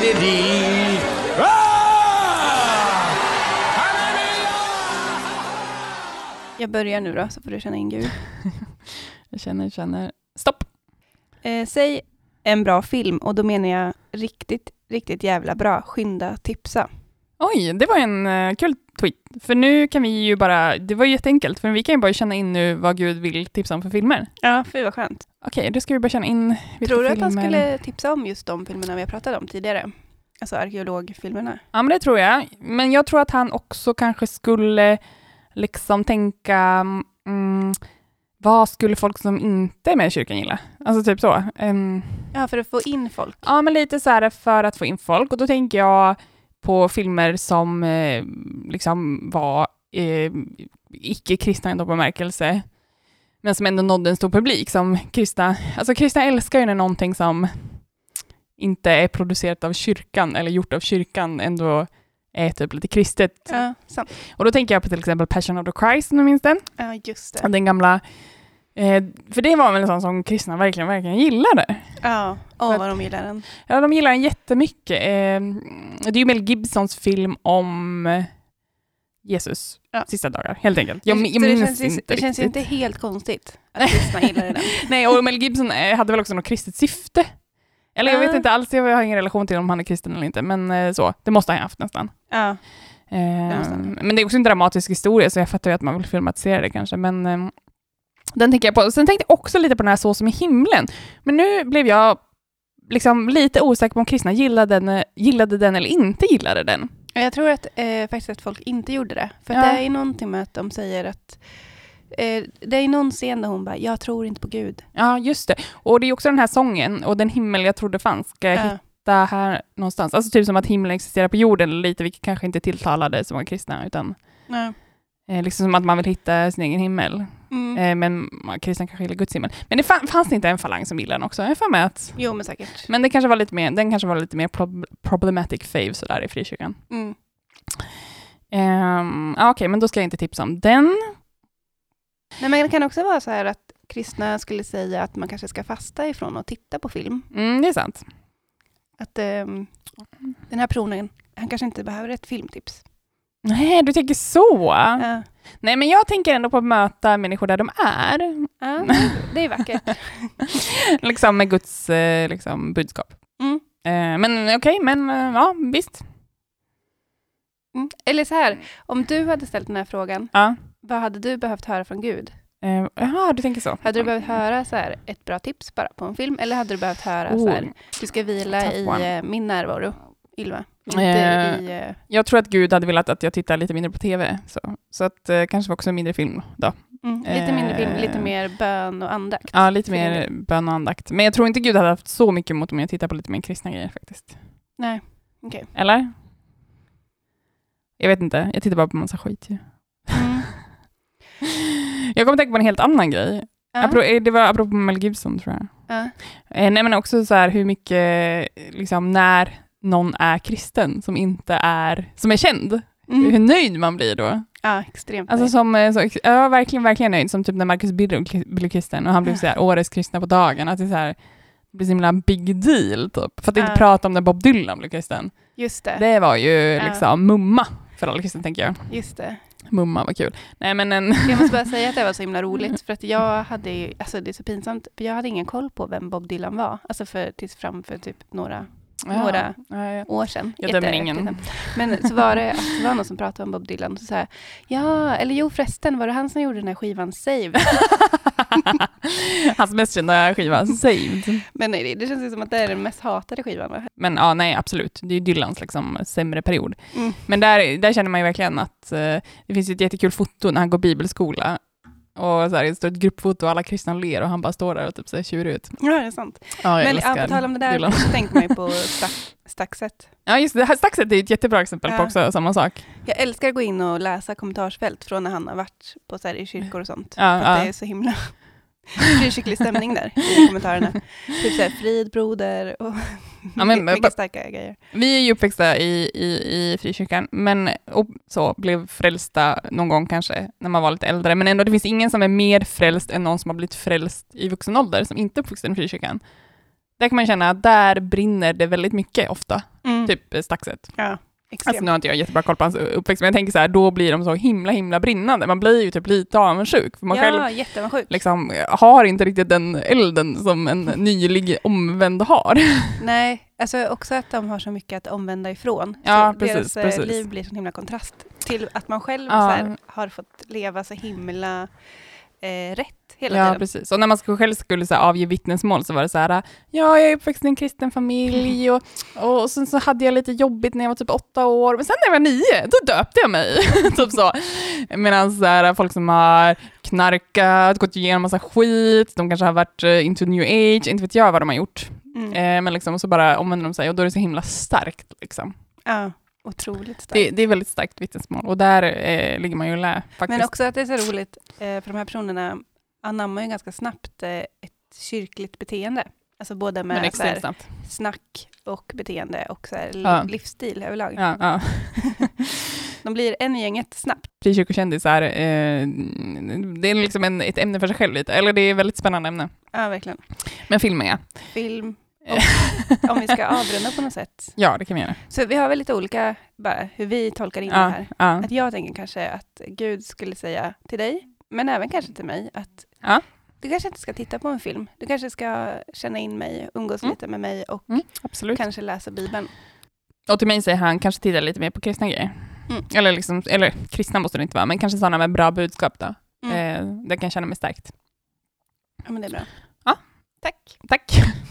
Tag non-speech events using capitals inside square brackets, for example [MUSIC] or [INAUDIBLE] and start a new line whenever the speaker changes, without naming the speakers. Di-di-di-di-di-di-di. Ah!
Jag börjar nu då, så får du känna in Gud.
Jag känner, känner. Stopp!
Eh, säg en bra film, och då menar jag riktigt, riktigt jävla bra. Skynda tipsa.
Oj, det var en eh, kul tweet. För nu kan vi ju bara, det var ju jätteenkelt, för vi kan ju bara känna in nu vad Gud vill tipsa om för filmer.
Ja, fy vad skönt.
Okej, då ska vi bara känna in vilka
Tror du att
filmer.
han skulle tipsa om just de filmerna vi har pratat om tidigare? Alltså arkeologfilmerna.
Ja, men det tror jag. Men jag tror att han också kanske skulle liksom tänka, mm, vad skulle folk som inte är med i kyrkan gilla? Alltså typ så. Ehm,
Ja, för att få in folk.
Ja, men lite så här för att få in folk. Och då tänker jag på filmer som eh, liksom var eh, icke-kristna i någon bemärkelse, men som ändå nådde en stor publik. Som kristna, alltså kristna älskar ju när någonting som inte är producerat av kyrkan eller gjort av kyrkan ändå är typ lite kristet.
Ja, sant.
Och då tänker jag på till exempel Passion of the Christ, om du minns den?
Ja, just det.
Den gamla. Eh, för det var väl en sån som kristna verkligen, verkligen gillade.
Ja, åh vad de gillar den.
Ja, de gillar den jättemycket. Eh, det är ju Mel Gibsons film om eh, Jesus
Ja.
sista dagar, helt enkelt. Jag,
Så
jag
det
minns
känns, ju-
inte
Det känns ju
riktigt.
inte helt konstigt att kristna gillade
[LAUGHS]
den.
Nej, och Mel Gibson eh, hade väl också något kristet syfte. Eller jag
Ja.
vet inte alls, jag har ingen relation till om han är kristen eller inte, men eh, så. Det måste han ha haft nästan.
Ja,
Eh,
måste han.
men det är också en dramatisk historia, så jag fattar ju att man vill filmatisera det kanske, men eh, den tänker jag på. Sen tänkte jag också lite på den här Så som i himlen, men nu blev jag liksom lite osäker på om kristna gillade den, eh, gillade den eller inte gillade den.
Ja, Jag tror att, eh, faktiskt att folk inte gjorde det. För
Ja.
det är någonting med att de säger att... Eh, det är någon scen där hon bara, jag tror inte på Gud.
Ja, just det. Och det är också den här sången, och den himmel jag trodde fanns, ska jag
Ja,
hitta här någonstans? Alltså typ som att himlen existerar på jorden lite, vilket kanske inte tilltalade så många kristna, utan
ja.
eh, liksom som att man vill hitta sin egen himmel.
Mm.
Eh, men man- kristna kanske gillar Guds himmel. Men det fa- fanns det inte en falang som gillade den också? Jag har för mig att...
Jo, men säkert.
Men det kanske var lite mer, den kanske var lite mer prob- problematic fave sådär i frikyrkan.
Mm.
Ehm, ja, Okej, men då ska jag inte tipsa om den.
Nej, men det kan också vara så här att kristna skulle säga att man kanske ska fasta ifrån att titta på film.
Mm, det är sant.
Att ehm, den här personen, han kanske inte behöver ett filmtips.
Nej, du tänker så?
Ja.
Nej, men jag tänker ändå på att möta människor där de är. [LAUGHS]
Ja, det- det är [LAUGHS] vackert.
liksom med Guds eh, liksom, budskap.
Mm.
Eh, men okej, men eh, ja, visst.
Mm. Eller så här, om du hade ställt den här frågan,
Ja.
vad hade du behövt höra från Gud?
Eh, Jaha, du tänker så.
Hade du behövt höra så här, ett bra tips bara på en film, eller hade du behövt höra så här, du ska vila
Tough
i
one.
eh, min närvaro, Ylva? Inte
Eh.
i... eh,
Jag tror att Gud hade velat att jag tittar lite mindre på tv. Så, så att eh, kanske också mindre film då.
mm, lite mindre film, lite
Eh.
mer bön och andakt.
Ja, lite
För
mer bön och andakt. Men jag tror inte Gud hade haft så mycket emot om jag tittar på lite mer kristna grejer faktiskt.
Nej, okej.
Eller? Jag vet inte, jag tittar bara på massa skit ju. [LAUGHS]
Mm.
Jag kommer tänka på en helt annan grej.
Ja,
Apro- eh, det var apropå Mel Gibson tror jag.
ja.
Eh, nej men också så här hur mycket, eh, liksom när någon är kristen som inte är, som är känd, hur
Mm.
nöjd man blir då.
ja extremt.
Alltså
nöjd.
som, eh, så, ex- jag var verkligen, verkligen nöjd, som typ när Marcus Birro kli- blev kristen och han blev
Ja.
så här årets kristna på dagen, att det är så här, det blir så himla big deal typ. För att inte
Ja.
prata om när Bob Dylan blev kristen.
Just det,
Det var ju
Ja.
liksom mumma för alla kristna tänker jag.
just det.
Mumma, vad kul. Nej men en,
Jag måste bara säga att det var så himla roligt, för att jag hade ju, alltså det är så pinsamt, för jag hade ingen koll på vem Bob Dylan var, alltså för, tills fram för typ några Några.
Ja, ja. [LAUGHS]
år sedan.
Jag dömer
Jätte-
ingen.
pinsamt. Men så var det, att det var någon som pratade om Bob Dylan, och så sa jag, ja, eller jo förresten, var det han som gjorde den här skivan
[LAUGHS]
Save?
Hans mest kända skiva, Saved.
Men nej, det- det känns ju som att det är den mest hatade skivan. Va?
Men ja, nej absolut. Det är ju Dylans liksom sämre period.
Mm.
Men där, där känner man ju verkligen att eh, det finns ju ett jättekul foto när han går bibelskola. Och så här, det står ett gruppfoto och alla kristna ler och han bara står där och typ ser tjurig ut.
Ja, det är sant.
Ja, jag
Men
älskar
ja, på tal om det där
Dylan.
så tänkte man ju
[LAUGHS]
på Stax- Staxet.
Ja, just det. Här Staxet är ju ett jättebra exempel på
Ja.
också samma sak.
Jag älskar att gå in och läsa kommentarsfält från när han har varit på så här, i kyrkor och sånt.
Ja,
För att
ja.
det är så himla [LAUGHS] frikyrklig stämning där i kommentarerna. Typ så här, frid broder och
Ja,
[LAUGHS]
men-
mycket starka grejer.
Vi är ju uppväxta i, i, i frikyrkan, men och så blev frälsta någon gång kanske, när man var lite äldre. Men ändå, det finns ingen som är mer frälst än någon som har blivit frälst i vuxen ålder, som inte är uppvuxen i frikyrkan. Där kan man känna att där brinner det väldigt mycket ofta,
Mm.
typ eh, Staxet.
Ja, extremt.
Alltså nu har inte jag jättebra koll på hans uppväxt, men jag tänker så här, då blir de så himla himla brinnande. Man blir ju typ lite avundsjuk, för man
ja,
själv
jätteavundsjuk.
liksom har inte riktigt den elden som en nylig omvänd har.
Nej, alltså också att de har så mycket att omvända ifrån.
Ja,
så
precis,
deras eh,
precis.
liv blir sån himla kontrast till att man själv
Ja.
så här, har fått leva så himla eh, rätt hela
Ja,
tiden.
precis. Och när man skulle- själv skulle så här, avge vittnesmål så var det så här, ja, jag är uppväxt i en kristen familj
Mm.
och, och sen så hade jag lite jobbigt när jag var typ åtta år, men sen när jag var nio, då döpte jag mig. [LAUGHS] typ så. Medan så här, folk som har knarkat, gått igenom massa skit, de kanske har varit eh, into new age, inte vet jag vad de har gjort.
Mm.
Eh, men liksom, så bara omvänder de sig och då är det så himla starkt. Liksom.
Ja, otroligt starkt.
Det, det är väldigt starkt vittnesmål och där eh, ligger man ju och lä faktiskt.
Men också att det är så roligt, eh, för de här personerna anammar ju ganska snabbt eh, ett kyrkligt beteende. Alltså både
men
med så
extremt
här,
snabbt.
snack och beteende och så här, li-
Ja.
livsstil överlag.
Ja, ja.
De blir en i gänget snabbt.
frikyrkokändisar, eh, det är liksom en, ett ämne för sig själv lite, eller det är ett väldigt spännande ämne.
Ja, verkligen.
Men film är jag.
Film, [LAUGHS] om vi
[LAUGHS]
ska avrunda på något sätt.
Ja, det kan vi göra.
Så vi har väl lite olika, bara, hur vi tolkar in det
Ja,
här.
ja.
Att jag tänker kanske att Gud skulle säga till dig, men även kanske till mig, att
Ja.
du kanske inte ska titta på en film. Du kanske ska känna in mig, umgås
Mm.
lite med mig och
Mm, absolut.
kanske läsa Bibeln.
Och till mig säger han, kanske titta lite mer på kristna grejer.
Mm.
Eller, liksom, eller kristna måste det inte vara, men kanske sådana med bra budskap då.
Mm.
Eh, där kan jag känna mig starkt.
Ja, men det är bra.
Ja.
Tack.
Tack!